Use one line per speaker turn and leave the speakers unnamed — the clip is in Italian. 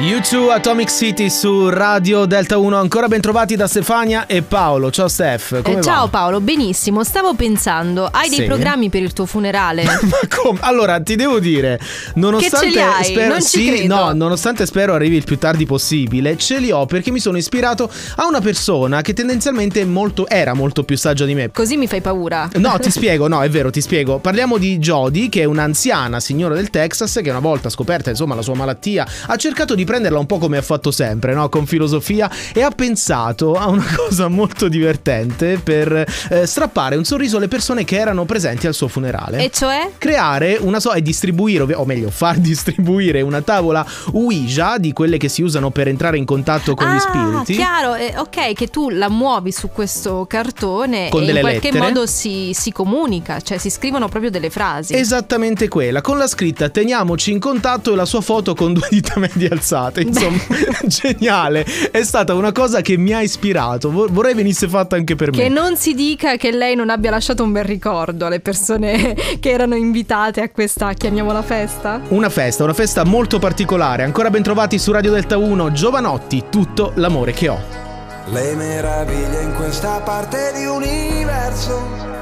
YouTube Atomic City su Radio Delta 1, ancora bentrovati da Stefania e Paolo. Ciao Steph, come
Eh, ciao
va?
Paolo, benissimo. Stavo pensando, hai
Sì.
dei programmi per il tuo funerale?
Ma come? Allora, ti devo dire, nonostante
Che ce li hai?
spero
Non ci
sì,
credo.
no, nonostante spero arrivi il più tardi possibile, ce li ho perché mi sono ispirato a una persona che tendenzialmente è molto era molto più saggia di me.
Così mi fai paura.
No, ti spiego, no, è vero, ti spiego. Parliamo di Jody, che è un'anziana signora del Texas che una volta scoperta, insomma, la sua malattia, ha cercato di prenderla un po' come ha fatto sempre, no, con filosofia e ha pensato a una cosa molto divertente per eh, strappare un sorriso alle persone che erano presenti al suo funerale
E cioè?
creare una so e distribuire, ovvia- o meglio, far distribuire una tavola Ouija di quelle che si usano per entrare in contatto con gli
ah,
spiriti.
chiaro, eh, ok, che tu la muovi su questo cartone
Con
e
delle
in qualche
lettere.
modo si, si comunica, cioè si scrivono proprio delle frasi.
Esattamente quella, con la scritta teniamoci in contatto e la sua foto con due dita medie alzate. Insomma, geniale. È stata una cosa che mi ha ispirato. Vo- Vorrei venisse fatta anche per
che
me.
non si dica che lei non abbia lasciato un bel ricordo alle persone che erano invitate a questa, chiamiamola festa.
Una festa, una festa molto particolare. Ancora bentrovati su Radio Delta 1, Giovanotti, tutto l'amore che ho.
Le meraviglie in questa parte di universo